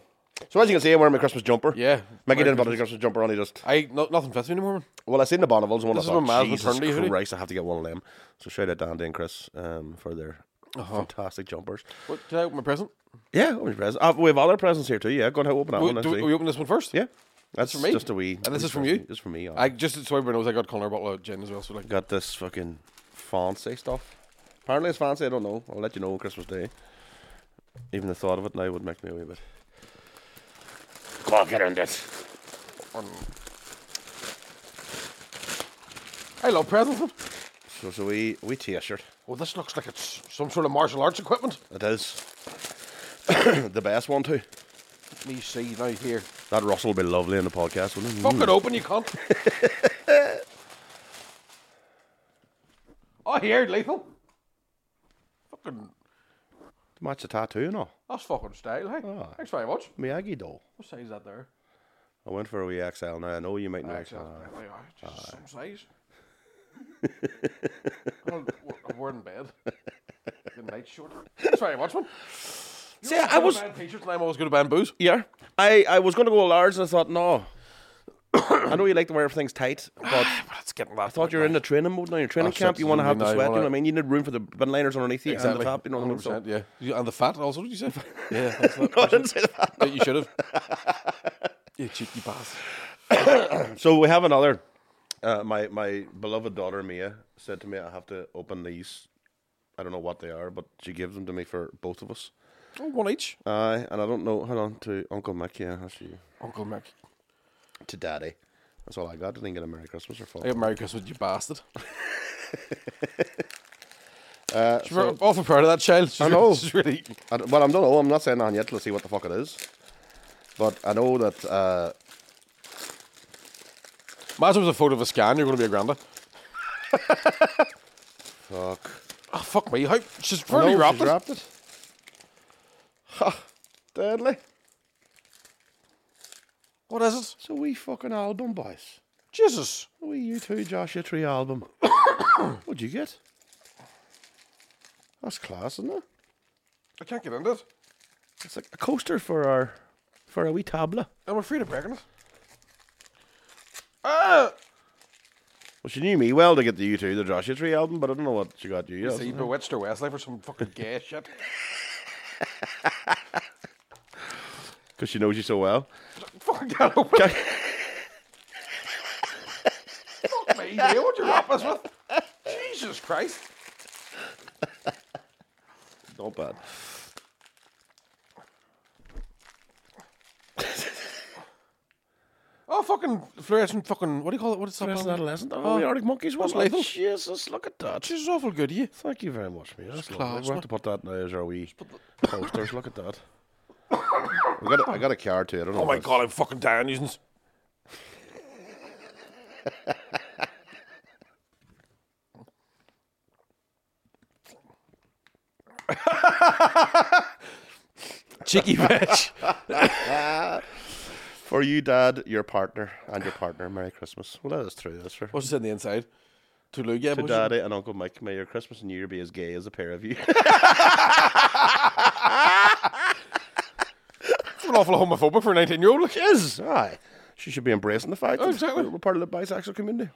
S1: So as you can see, I'm wearing my Christmas jumper.
S2: Yeah. Merry
S1: Mickey didn't put his Christmas jumper on. He just
S2: I no, nothing fits me anymore. Man.
S1: well, I seen the Bonnevilles and one.
S2: This
S1: I
S2: is my
S1: thought,
S2: man's
S1: Jesus
S2: maternity hoodie."
S1: Christ, I have to get one of them. So shout out to Andy and Chris um, for their
S2: Uh-huh.
S1: fantastic jumpers.
S2: What? Can I open my present?
S1: Yeah, open your presents. Uh, we have other presents here too. Yeah, go and help open that
S2: We,
S1: one.
S2: do we,
S1: actually.
S2: we open this one first?
S1: Oh, yeah, that's
S2: for me.
S1: Just a wee.
S2: And this
S1: wee
S2: is from
S1: present.
S2: you?
S1: It's from me.
S2: I
S1: I
S2: just so everyone knows I got Connor a bottle of gin as well. So like,
S1: got this fucking fancy stuff. Apparently it's fancy. I don't know. I'll let you know on Christmas Day. Even the thought of it now would make me a wee bit. Come on, get in this.
S2: I love presents. man.
S1: So it's a wee wee t-shirt.
S2: Oh, this looks like it's some sort of martial arts equipment.
S1: It is <coughs> the best one too.
S2: Let me see now here.
S1: That Russell will be lovely in the podcast, wouldn't it? Mm.
S2: Fuck it open, you cunt.
S1: <laughs>
S2: oh, here, lethal. Fucking,
S1: Match the tattoo and all.
S2: that's fucking style, hey.
S1: Ah.
S2: Thanks very much.
S1: Miyagi doll.
S2: What size is that there?
S1: I went for a wee XL now. I know you might know XL.
S2: There you are,
S1: Ah,
S2: just some size. <laughs> I'm, I'm wearing bed. Good night short. Thanks very much, man.
S1: See, I was
S2: T-shirts and I'm always good at bamboos.
S1: yeah. I, I was going to go large and I thought no. I know you like to wear
S2: <sighs>
S1: things tight, but
S2: But it's getting that.
S1: I thought you were in the training mode now. You're training
S2: That's-
S1: camp.
S2: that's
S1: You want to
S2: what I
S1: have
S2: mean
S1: the
S2: now, you
S1: sweat. You know
S2: wanna-
S1: what I mean? You need room for the bin liners underneath you and the top. You know what I mean? So-
S2: yeah. You- And the fat also, did you say?
S1: <laughs>
S2: yeah. that's not-
S1: No, <laughs> I didn't say that.
S2: <laughs> that you should have.
S1: <laughs>
S2: you cheeky bastard.
S1: So we have another. Uh, my my beloved daughter Mia said to me, "I have to open these. I don't know what they are, but she gives them to me for both of us.
S2: Oh, one each.
S1: Aye, and I don't know. Hold on to Uncle Mick. Yeah, that's you.
S2: Uncle Mac.
S1: To Daddy. That's all I got. I didn't get a Merry Christmas or
S2: I
S1: fuck.
S2: got Merry Christmas, you bastard. Uh, she's so, awful proud of that child. She's
S1: Eh, I
S2: <laughs>
S1: know.
S2: She's really,
S1: I d well, I don't know. I'm not saying on yet. Let's see what the fuck it is. But I know that. Uh,
S2: imagine it was a photo of a scan. You're going to be a granda.
S1: fuck.
S2: Oh, fuck me. How, she's
S1: I
S2: really
S1: know
S2: wrapped
S1: she's
S2: it.
S1: wrapped it. Ha! Deadly.
S2: What is it?
S1: It's a wee fucking album, boys.
S2: Jesus.
S1: A wee U two Joshua Tree album. <coughs> What'd you get? That's class, isn't it?
S2: I can't get into it.
S1: It's like a coaster for our for a wee tabla.
S2: I'm afraid of breaking it. Ah!
S1: Well, she knew me well to get the U two the Joshua Tree album, but I don't know what she got you.
S2: Is he
S1: Yes.
S2: bewitched or Westlife or some fucking
S1: <laughs>
S2: gay shit?
S1: Because she knows you so well.
S2: Fucking get open. Fuck me, Neil. What'd you wrap us with? Jesus Christ.
S1: Not bad.
S2: Oh, fucking fluorescent fucking, what do you call it? What is that?
S1: That's
S2: band?
S1: adolescent. Oh, the Arctic Monkeys was
S2: that's lethal.
S1: Jesus, look at that.
S2: She's awful good, you.
S1: Thank you very much, mate. That's
S2: class,
S1: lovely. We'll
S2: man.
S1: have to put that now as our wee posters. Look at that. <coughs> we got a, I got a car too. I don't know.
S2: Oh my
S1: if
S2: god, I'm fucking dying using this. Cheeky bitch.
S1: it's- For you, Dad, your partner, and your partner, Merry Christmas. Well, that is true. That's true.
S2: What's it on the inside? Toulouse, yeah.
S1: to
S2: what's it-
S1: Daddy and Uncle Mike, may your Christmas and New Year be as gay as a pair of you.
S2: It's an awful homophobic for a 19 year old. Like,
S1: <laughs> yes, aye. She should be embracing the fact
S2: Oh,
S1: that
S2: exactly.
S1: we're part of the bisexual community.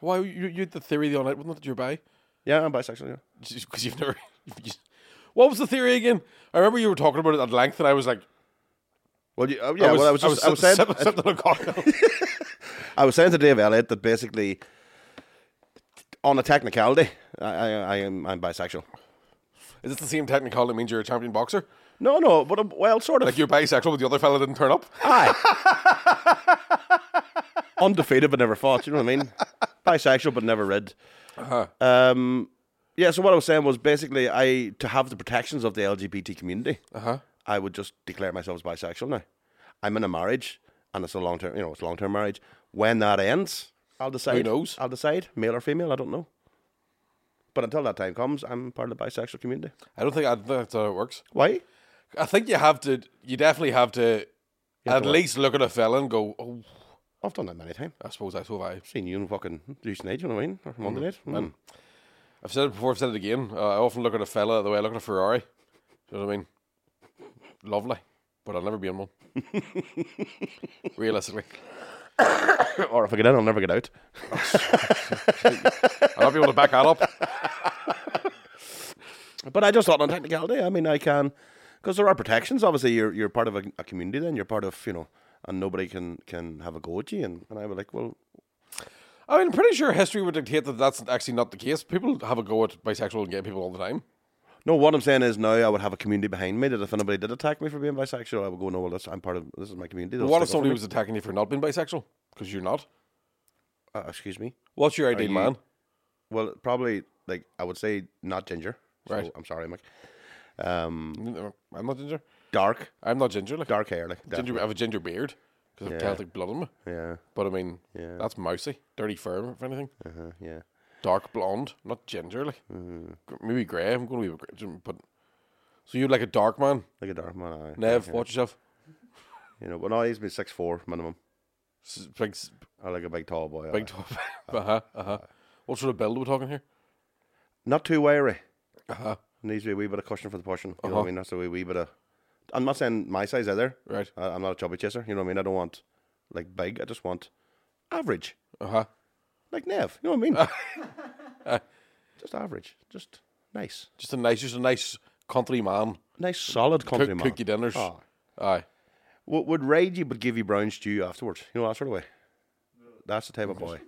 S2: why you, you had the theory the other night, wasn't it? That you're bi?
S1: Yeah, I'm bisexual. Yeah.
S2: Because you've never. <laughs> you've just- what was the theory again? I remember you were talking about it at length, and I was like,
S1: Well, you, oh, yeah. well, I was just I was,
S2: sip-
S1: saying
S2: sip- sipping on a cocktail.
S1: I was saying to Dave Elliott that basically, on a technicality, I, I, I am I'm bisexual.
S2: <laughs> Is this the same technical that means you're a champion boxer?
S1: No, no, but um, well, sort of.
S2: Like you're bisexual, but the other fella didn't turn up.
S1: Aye. <laughs> Undefeated but never fought. You know what I <laughs> mean? Bisexual but never rid. Um, yeah. So what I was saying was basically, I to have the protections of the LGBT community, I would just declare myself as bisexual now. I'm in a marriage, and it's a long term. You know, it's a long term marriage. When that ends, I'll decide.
S2: knows?
S1: I'll decide, male or female. I don't know. But until that time comes, I'm part of the bisexual community.
S2: I don't think I don't think that's how it works.
S1: Why?
S2: I think you have to. You definitely have to
S1: have
S2: at
S1: to what?
S2: least look at a fella and go, "Oh,
S1: I've done that many times.
S2: I suppose I so have I."
S1: Seen you in fucking Tuesday night. You know what I mean? Or Monday night. Mm.
S2: I've said it before, I've said it again. Uh, I often look at a fella the way I look at a Ferrari. You know what I mean? Lovely, but I'll never be in
S1: <laughs>
S2: one. Realistically,
S1: or if I get in, I'll never get out.
S2: <laughs> I'll not be able to back that up.
S1: <laughs> But I just thought on technicality. I mean, I can because there are protections. Obviously, you're you're part of a, a community. Then you're part of you know, and nobody can can have a go at you. And, and I was like, well,
S2: I mean, I'm pretty sure history would dictate that that's actually not the case. People have a go at bisexual and gay people all the time.
S1: no. What I'm saying is now I would have a community behind me that if anybody did attack me for being bisexual, I would go, no, well, that's, I'm part of this is my community. they'll
S2: what if
S1: stick up
S2: somebody
S1: for
S2: was attacking you for not being bisexual? Because you're not.
S1: me. Uh, excuse me?
S2: What's your ideal
S1: you-
S2: man?
S1: Well, probably like I would say not ginger. So
S2: Right.
S1: I'm sorry, Mike. Um,
S2: I'm not ginger.
S1: dark,
S2: I'm not ginger. Like
S1: dark hair, like
S2: ginger, I have a ginger beard because I've
S1: Yeah.
S2: Celtic blood in me.
S1: definitely. Yeah,
S2: But I mean,
S1: Yeah.
S2: that's mousy, dirty firm, if anything.
S1: uh-huh, yeah.
S2: Dark blonde, not ginger. Like
S1: Mm-hmm.
S2: Gr- maybe grey. I'm going to be grey, but so you like a dark man,
S1: Like a dark man. Aye.
S2: Nev?
S1: Yeah.
S2: Watch yourself.
S1: You know, but no, he's been six four minimum.
S2: S- Big, s-
S1: I like a big tall boy.
S2: big
S1: aye.
S2: top. <laughs> uh huh. Uh huh. What sort of build are we talking here?
S1: not too wiry.
S2: Uh huh.
S1: Needs to be a wee bit of cushion for the pushing. You know
S2: Uh-huh.
S1: what I mean? That's a wee, wee bit of. I'm not saying my size either.
S2: Right.
S1: I, I'm not a chubby chaser. You know what I mean? I don't want like big. I just want average,
S2: Uh huh.
S1: like Nev. You know what I
S2: <laughs>
S1: mean? <laughs> just average, just nice,
S2: Just a nice, just a nice country man.
S1: nice, solid country
S2: Cook,
S1: man.
S2: cook your dinners.
S1: Ah.
S2: Aye.
S1: Would, would rage you, but give you brown stew afterwards. You know that sort of way. That's the type of
S2: <laughs>
S1: boy.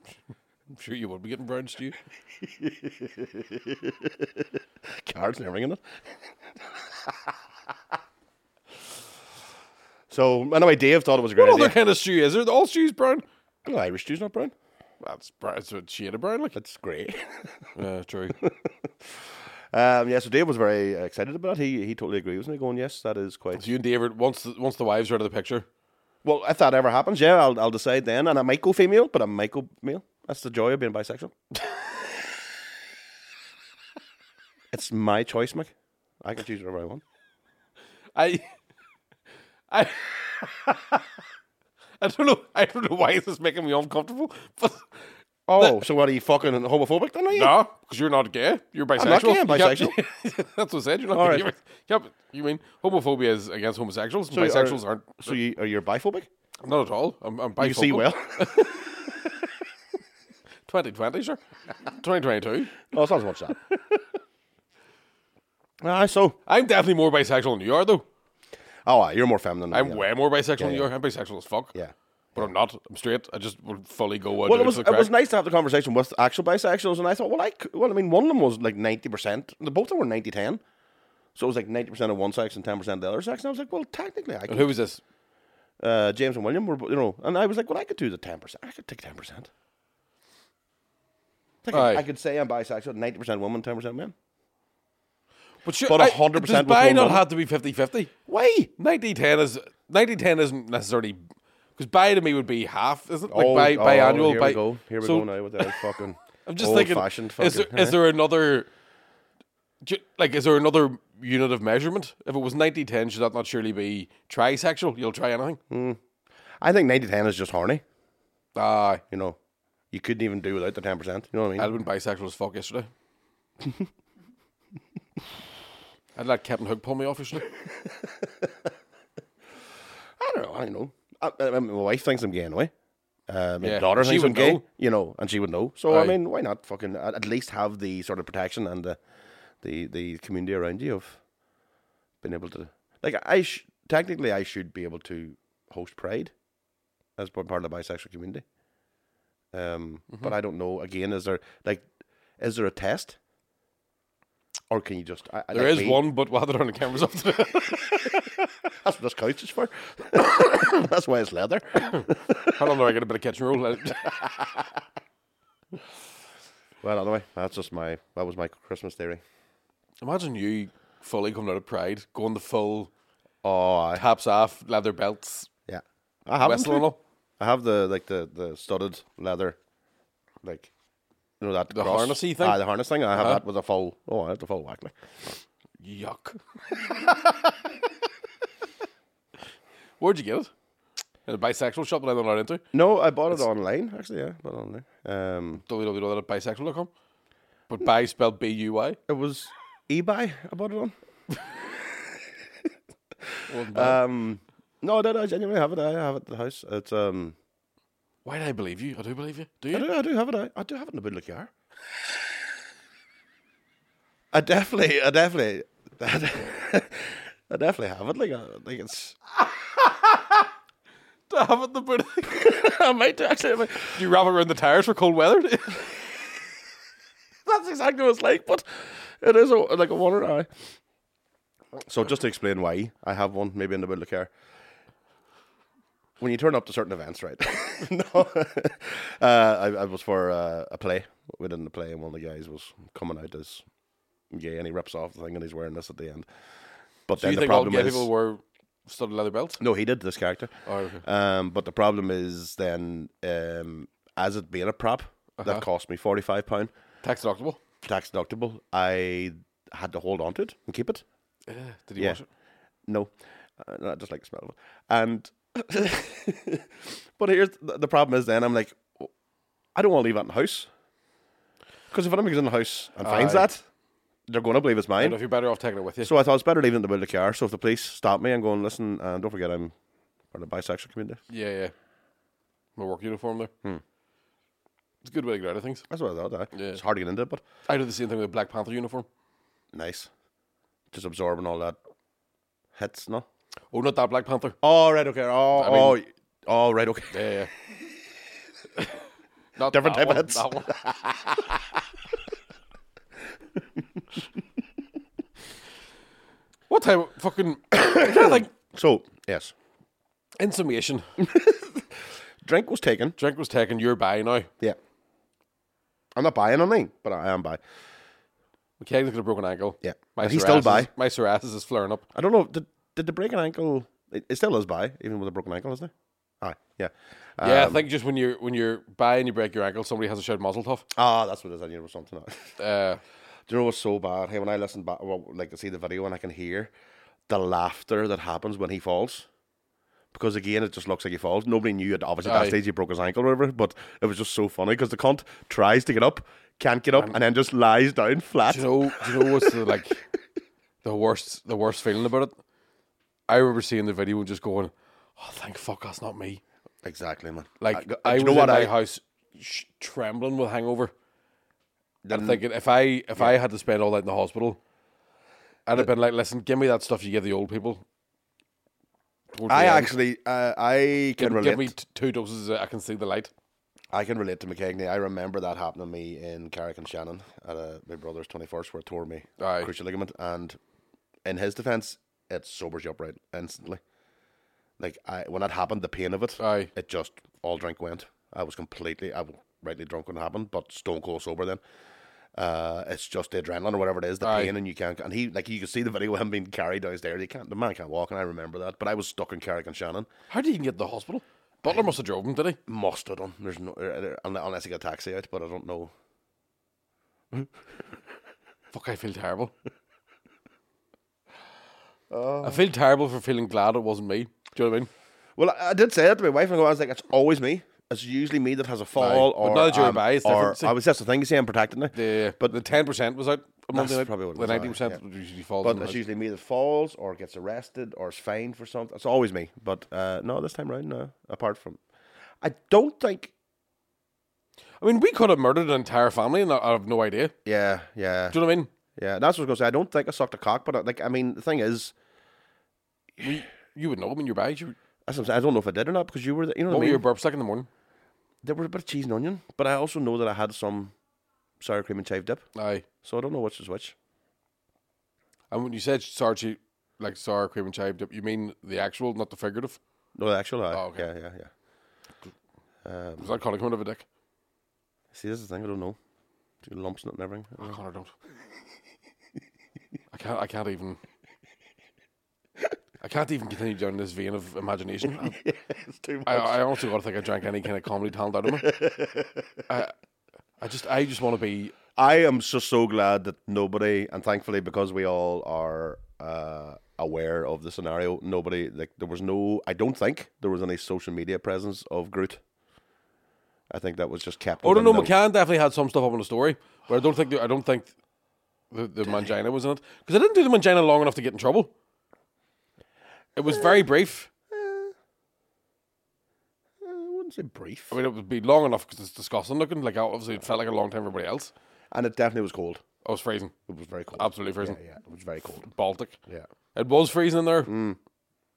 S2: I'm sure you would be getting brown stew.
S1: <laughs> Cards and everything in it. so anyway, Dave thought it was a great
S2: What other
S1: idea.
S2: kind of stew is there? All stew's brown.
S1: No, Irish stew's not brown.
S2: That's brown. It's a shade of brown. Like
S1: That's great.
S2: yeah, true.
S1: <laughs>
S2: <laughs>
S1: Um, yeah, so Dave was very uh, excited about it. He he totally agreed, wasn't he? Going, yes, that is quite.
S2: so you and David once the, once the wives are out of the picture.
S1: Well, if that ever happens, yeah, I'll I'll decide then, and I might go female, but I might go male. That's the joy of being bisexual. <laughs> it's my choice, Mick. I can choose whatever I want.
S2: I, <laughs> I, <laughs> I don't know. I don't know why this is making me uncomfortable. <laughs> But
S1: Oh, so what are you fucking homophobic then? Are you?
S2: <laughs> no, because you're not gay. You're bisexual.
S1: I'm not gay, I'm
S2: You can't- <laughs> that's what I said. You're not
S1: All
S2: gay.
S1: right.
S2: You're, yep. You mean homophobia is against homosexuals? and
S1: So you are-
S2: bisexuals aren't.
S1: So you are you biphobic?
S2: Not at all. I'm, I'm bisexual.
S1: You see
S2: <laughs>
S1: well. <laughs>
S2: 2020, sure. <laughs> 2022.
S1: oh, it's not as much <laughs> that. Ah, so
S2: I'm definitely more bisexual than you are, though.
S1: oh, aye, you're more feminine. than
S2: I'm
S1: me,
S2: way more bisexual than
S1: yeah.
S2: you are. I'm bisexual as fuck.
S1: Yeah.
S2: But I'm not. I'm straight. I just will fully go.
S1: Well, it was
S2: the
S1: it was
S2: crack.
S1: nice to have the conversation with actual bisexuals, and I thought, well, I c- well, I mean, one of them was like ninety percent. The both of them were 90-10. so it was like ninety percent of one sex and ten percent of the other sex. And I was like, well, technically, I
S2: And
S1: could.
S2: <laughs> who was this?
S1: uh, James and William were, bo- you know, and I was like, well, I could do the ten percent. I could take ten percent.
S2: Aye.
S1: I could say I'm bisexual, ninety percent woman, ten percent man.
S2: But, sure,
S1: But
S2: I-
S1: 100%
S2: Does
S1: was
S2: bi
S1: one
S2: not
S1: woman.
S2: have to be 50 50?
S1: Why?
S2: 90 10 is 90 10 isn't necessarily because bi to me would be half, isn't it? Like
S1: Oh,
S2: bi,
S1: oh,
S2: biannual.
S1: Here
S2: bi,
S1: we go. Here we
S2: so
S1: go now with
S2: <laughs>
S1: that fucking. eh?
S2: I'm just
S1: old
S2: thinking,
S1: fashioned fucking.
S2: is there, is there another ju- like is there another unit of measurement? If it was 90 10, should that not surely be trisexual? You'll try anything.
S1: I think 90 10 is just horny.
S2: Aye.
S1: You know, you couldn't even do without the 10%. You know what I
S2: I'd
S1: mean?
S2: have been bisexual as fuck yesterday. <laughs> I'd let Captain Hook pull me off yesterday.
S1: I don't know. I don't know. I, I mean, my wife thinks I'm gay anyway. Uh, my
S2: Yeah,
S1: daughter
S2: she
S1: thinks
S2: would
S1: I'm gay.
S2: know.
S1: You know, and she would know. So, I
S2: Aye.
S1: mean, why not fucking at at least have the sort of protection and the the, the community around you of being able to. Like, I sh- technically, I should be able to host Pride as part part of the bisexual community. Um,
S2: Mm-hmm.
S1: But I don't know. Again, is there like, is there a test, or can you just? I, I-
S2: There
S1: like
S2: is
S1: me-
S2: one, but we'll have to turn the cameras off <laughs> today.
S1: <laughs> That's what this couch is for. <coughs> That's why
S2: <coughs>
S1: it's leather.
S2: I don't know. I get a bit of catch and roll. <laughs>
S1: Well, anyway, that's just my that was my Christmas theory.
S2: Imagine you fully coming out of Pride, going the full
S1: Oh, I,
S2: taps off, leather belts,
S1: yeah, I have
S2: whistle and all.
S1: I have the like the the studded leather, like you know that
S2: The
S1: cross-
S2: harnessy thing?
S1: Ah, the harness thing. I have that with a full. Oh, I have the full whack. like.
S2: Yuck. <laughs> Where'd you get it? In a bisexual shop that I'm not into.
S1: No, I bought it online actually. Yeah, I bought it online. Um,
S2: www.bisexual.com. But buy spelled B U Y.
S1: It was eBay I bought it <laughs> on. um, no, I don't. I genuinely have it. I have it at the house. It's um,
S2: Why do I believe you? I do believe you. Do
S1: I
S2: you?
S1: do. I do have it. I, I do have it in the bootlicker. I definitely. I definitely. <laughs> I de- I definitely have it. Like I
S2: <laughs>
S1: think it's.
S2: I have it the boot.
S1: <laughs> I might do, actually. I might.
S2: you wrap it around the tires for cold <laughs> weather?
S1: That's exactly what it's like, but it is a, like a one or eye. So just to explain why I have one, maybe in the middle of care. When you turn up to certain events, right? <laughs> no, uh, I, I was for uh, a play. We did the play, and one of the guys was coming out as gay, and he rips off the thing, and he's wearing this at the end. But
S2: do
S1: then
S2: you
S1: the
S2: think all
S1: problem
S2: gay
S1: is,
S2: people wear studded leather belts?
S1: no, he did this character.
S2: Oh, okay.
S1: Um, but the problem is then, um, as it being a prop, that cost me forty five pound
S2: Tax deductible.
S1: tax deductible. I had to hold on to it and keep it.
S2: Did he
S1: Yeah.
S2: wash it?
S1: No, Uh, no, I just like the smell of it. And <laughs> but here's the, the problem is then I'm like, I don't want to leave that in the house because if anybody goes in the house and finds
S2: Aye.
S1: that, they're going to believe it's
S2: I don't know
S1: mine.
S2: if you're better off taking it with you.
S1: So I thought it's better leaving it in the middle of the car. So if the police stop me, I'm going listen and don't forget I'm part of the bisexual community.
S2: yeah, yeah. My work uniform there.
S1: Hmm.
S2: It's a good way to get out of things.
S1: That's what I thought. aye.
S2: Yeah.
S1: It's hard to get into, it, but
S2: I do the same thing with a Black Panther uniform.
S1: nice. Just absorbing all that hits. No.
S2: Oh, not that Black Panther.
S1: Oh right, okay. Oh,
S2: I mean-
S1: oh, oh right, okay. <laughs>
S2: Yeah, yeah. Not
S1: Different
S2: that
S1: type of
S2: one,
S1: hits.
S2: that one. what time? Fucking. <coughs> I can't think.
S1: So yes,
S2: In summation,
S1: drink was taken.
S2: drink was taken. You're buying now.
S1: Yeah. I'm not buying anything, but I am buying.
S2: McKegnie's got a broken ankle.
S1: Yeah.
S2: My
S1: And he's still
S2: psoriasis-
S1: by.
S2: My psoriasis is flaring up.
S1: I don't know. Did did the break an ankle? It, it still is by, even with a broken ankle, isn't it? Aye, yeah. Um,
S2: yeah, I think just when you're when you're by and you break your ankle, somebody has a shout Mazel Tov.
S1: Ah, that's what it is. I knew it was something. else. <laughs>
S2: Uh,
S1: Do you know what's so bad? Hey, when I listen back, well, like I see the video and I can hear the laughter that happens when he falls. Because again, it just looks like he falls. Nobody knew it. Obviously, at
S2: Aye.
S1: that stage he broke his ankle or whatever, but it was just so funny because the cunt tries to get up, can't get up, and then just lies down flat.
S2: do you know? Do you know what's the, like the worst the worst feeling about it? I remember seeing the video and just going, "Oh, thank fuck, that's not me."
S1: exactly, man.
S2: Like
S1: do
S2: I,
S1: you
S2: was
S1: know
S2: in
S1: what
S2: my
S1: I-
S2: house sh- trembling with hangover. I'm
S1: Then-
S2: thinking if I if I had to spend all night in the hospital, I'd have been like, "Listen, give me that stuff you give the old people." towards the
S1: I
S2: end.
S1: actually, uh, I can
S2: give,
S1: relate.
S2: give me t- two doses. Of I can see the light.
S1: I can relate to McKegney. I remember that happening to me in Carrick and Shannon at uh, my brother's 21st where it tore me
S2: Aye.
S1: crucial ligament. And in his defense, it sobers you up right instantly. Like, I when that happened, the pain of it,
S2: Aye.
S1: it just all drink went. I was completely, I was rightly drunk when it happened, but stone cold sober then. Uh, it's just the adrenaline or whatever it is, the
S2: Aye.
S1: pain, and you can't. And he, like, you can see the video of him being carried downstairs. He can't, the man can't walk, and I remember that. But I was stuck in Carrick and Shannon.
S2: How did he even get to the hospital? Butler must have drove him, did he?
S1: must have done. There's no uh, unle- unless I get a taxi out, but I don't know.
S2: Fuck, I feel
S1: <laughs>
S2: terrible.
S1: Oh.
S2: I feel terrible for feeling glad it wasn't me. Do you know what I mean?
S1: Well, I, I did say that to my wife, and I was like, "It's always me. It's usually me that has a fall."
S2: Aye. But
S1: Or
S2: now that you're a
S1: um,
S2: bi, it's
S1: or-
S2: different, see.
S1: I was that's the thing you say. I'm protected now.
S2: The Uh, but
S1: But
S2: the ten percent was out. A Monday
S1: That's
S2: night.
S1: probably what it
S2: the
S1: was, aye,
S2: ninety percent
S1: yeah.
S2: usually falls.
S1: but
S2: on the
S1: it's
S2: house.
S1: usually me that falls or gets arrested or is fined for something. It's always me. But uh, no, this time round, no. Apart from, I don't think.
S2: I mean, we could have murdered an entire family, and I, I have no idea.
S1: Yeah, yeah,
S2: Do you know what I mean?
S1: yeah. That's what I was gonna say. I don't think I sucked a cock, but I, like, I mean, the thing is,
S2: You would know. I mean, you're bags. You,
S1: that's what I'm saying. I don't know if I did or not because you were, the, you know,
S2: what
S1: what I
S2: were
S1: mean?
S2: your burps like in the morning?
S1: there were a bit of cheese and onion, but I also know that I had some sour cream and chive dip.
S2: Aye.
S1: So I don't know which is which.
S2: And when you said sour cheese, like sour cream and chive dip, you mean the actual, not the figurative?
S1: No, the actual. eye.
S2: Oh, okay.
S1: Yeah, yeah, yeah.
S2: Is that Connor coming out of a dick?
S1: See, this is the thing. I don't know. Do lumps in it and everything. I don't know.
S2: Connor, don't. I can't. I can't even. I can't even continue down this vein of imagination. I-
S1: <laughs> It's too much.
S2: I, I honestly got to think I drank any kind of comedy talent out of
S1: <laughs>
S2: me. I, I just, I just want to be.
S1: I am so so glad that nobody, and thankfully, because we all are uh, aware of the scenario, nobody like there was no. I don't think there was any social media presence of Groot. I think that was just kept.
S2: Oh no,
S1: within
S2: no,
S1: the-
S2: McCann definitely had some stuff up on the story, but I don't think the, I don't think the, the mangina was in it because I didn't do the mangina long enough to get in trouble. It was very brief.
S1: Uh, I wouldn't say brief.
S2: I mean, it would be long enough because it's disgusting looking. Like obviously, it felt like a long time for everybody else.
S1: And it definitely was cold.
S2: I was freezing,
S1: It was very cold.
S2: absolutely freezing.
S1: Yeah, yeah, it was very cold.
S2: Baltic.
S1: Yeah, Mm.
S2: It was freezing in there.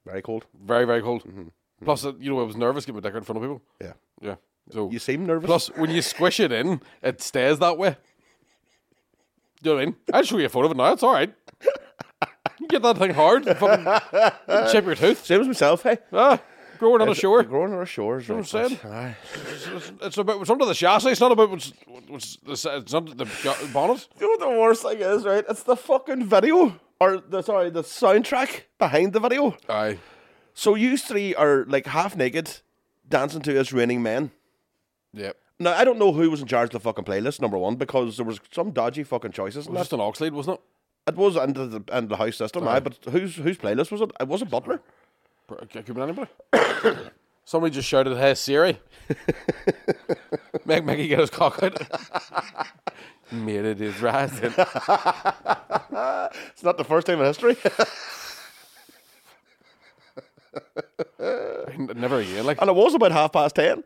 S1: very cold.
S2: Very, very cold.
S1: Mm-hmm.
S2: Plus, uh, you know, I was nervous getting my dick out in front of people.
S1: Yeah.
S2: Yeah. So
S1: You seem nervous.
S2: Plus, when you squish it in, it stays that way. Do you know what I mean? I'll show you a photo of it now. It's all right. You get that thing hard, you fucking chip your tooth.
S1: same as myself. Hey,
S2: Ah, growing on a
S1: Is it-
S2: shore.
S1: growing on a shore. You
S2: know what I'm saying? It's, it's, it's about what's under the chassis. It's not about what's, what's the, s- it's not the ga- bonnet.
S1: You know what the worst thing is, right? It's the fucking video, or the sorry, the soundtrack behind the video.
S2: Aye.
S1: So you three are like half naked, dancing to "It's Raining Men."
S2: Yeah.
S1: Now I don't know who was in charge of the fucking playlist number one because there was some dodgy fucking choices.
S2: It
S1: in
S2: was
S1: that.
S2: just an oxide, wasn't it?
S1: It was under the under the house system, aye. But whose whose playlist was it? It wasn't Butler.
S2: Br- c- Could be anybody. <coughs> Somebody just shouted, "Hey Siri, <laughs> make Mickey get his cock out." <laughs> Made it is rising.
S1: It's not the first time in history.
S2: N- Never again. Like I,
S1: <laughs> and it was about half past ten.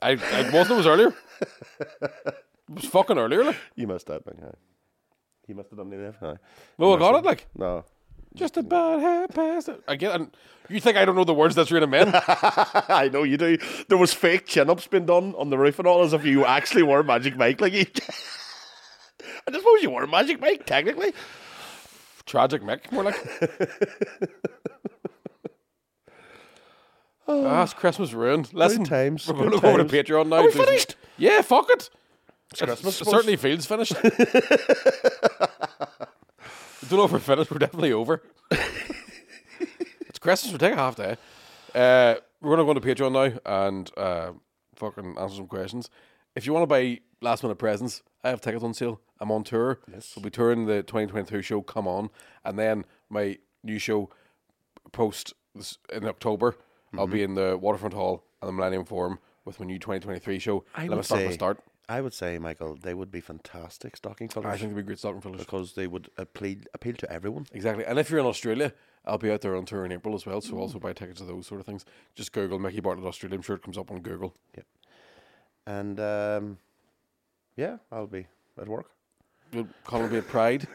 S2: I wasn't. It was earlier. It was fucking earlier. Like
S1: You missed that, man. Aye. You must have done it. Aye.
S2: no, I got it. Like
S1: No.
S2: just about half past. It. Again, and you think I don't know the words that's written in?
S1: <laughs> I know you do. There was fake chin ups being done on the roof and all, as if you actually were Magic Mike. Like, you, <laughs> I just suppose you were Magic Mike, technically.
S2: <laughs> Tragic Mick, more
S1: <laughs>
S2: like. Ah, it's Christmas ruined. Listen,
S1: times,
S2: we're
S1: Oh. good
S2: going to go to
S1: times.
S2: Patreon now.
S1: Are we
S2: to-
S1: finished?
S2: Yeah, fuck it. It's
S1: Christmas,
S2: It
S1: suppose.
S2: certainly feels finished. <laughs> I don't know if we're finished. We're definitely over. it's Christmas. We're taking a half day. Uh, we're going to go to Patreon now and uh, fucking answer some questions. If you want to buy last minute presents, I have tickets on sale. I'm on tour. Yes. We'll be touring the 2022 show, Come On. And then my new show, post this, in October. I'll be in the Waterfront Hall and the Millennium Forum with my new 2023 show. I Let me start from the start.
S1: I would say, Michael, they would be fantastic stocking fillers
S2: I think it'll be great starting for us.
S1: because they would appeal, appeal to everyone.
S2: Exactly. And if you're in Australia, I'll be out there on tour in April as well. So also buy tickets to those sort of things. Just Google Mickey Bartlett Australia. I'm sure it comes up on Google.
S1: And um, yeah, I'll be at work.
S2: You'll- Colin will be at <laughs> Pride.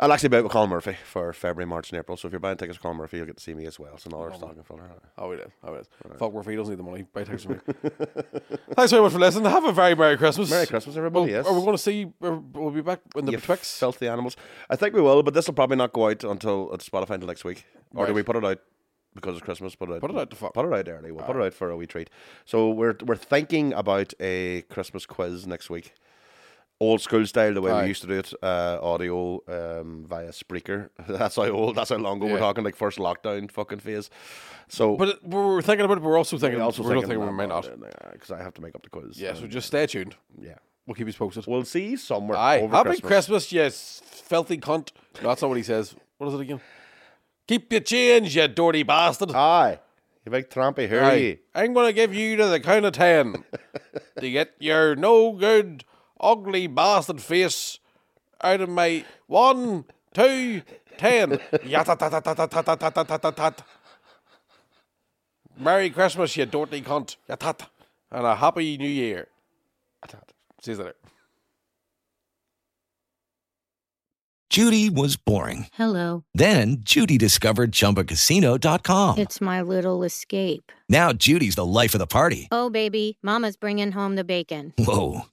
S1: I'll actually be out with Colin Murphy for February, March, and April. So if you're buying tickets, to Colin Murphy, you'll get to see me as well. It's another stocking filler.
S2: oh, we did. Oh, we did. Fuck Murphy. He doesn't need the money. Buy <laughs> tickets for me. Thanks very much for listening. Have a very Merry Christmas.
S1: Merry Christmas, everybody, yes.
S2: Are we going to see? We're, we'll be back in the
S1: You
S2: Betwixt.
S1: filthy animals. I think we will, but this will probably not go out until it's Spotify until next week. Or do
S2: Right.
S1: we put it out because of Christmas? Put it out.
S2: Put it out the fuck.
S1: Put it out early. We'll put it out for a wee treat. So we're we're thinking about a Christmas quiz next week. Old school style, the way
S2: Aye.
S1: we used to do it, uh, audio um, via Spreaker. <laughs> That's how old. That's how long ago
S2: Yeah.
S1: we're talking. Like first lockdown fucking phase. So
S2: But it, we're we're thinking about it. But we're also thinking.
S1: we're
S2: We're also thinking, we might not.
S1: because uh, I have to make up the quiz.
S2: Yeah. So
S1: Um,
S2: just stay tuned.
S1: yeah.
S2: We'll keep you posted.
S1: We'll see you somewhere.
S2: Aye.
S1: over
S2: Happy Christmas. yes, filthy cunt. No, that's not what he says. What is it again? Ah, Keep your change, you dirty bastard.
S1: Aye, you big trampy hurry.
S2: Aye. I'm going to give you to the count of <laughs> ten to get your no good, ugly bastard face out of my one, two, ten. <laughs> Yatatatatatatatatatatatat. Merry Christmas, you dirty cunt. Yatat. And a happy new year. Yatat. See you later.
S4: Judy was boring.
S5: Hello.
S4: Then Judy discovered ChumbaCasino.com.
S5: It's my little escape.
S4: Now Judy's the life of the party.
S5: Oh, baby, Mama's bringing home the bacon.
S4: Whoa,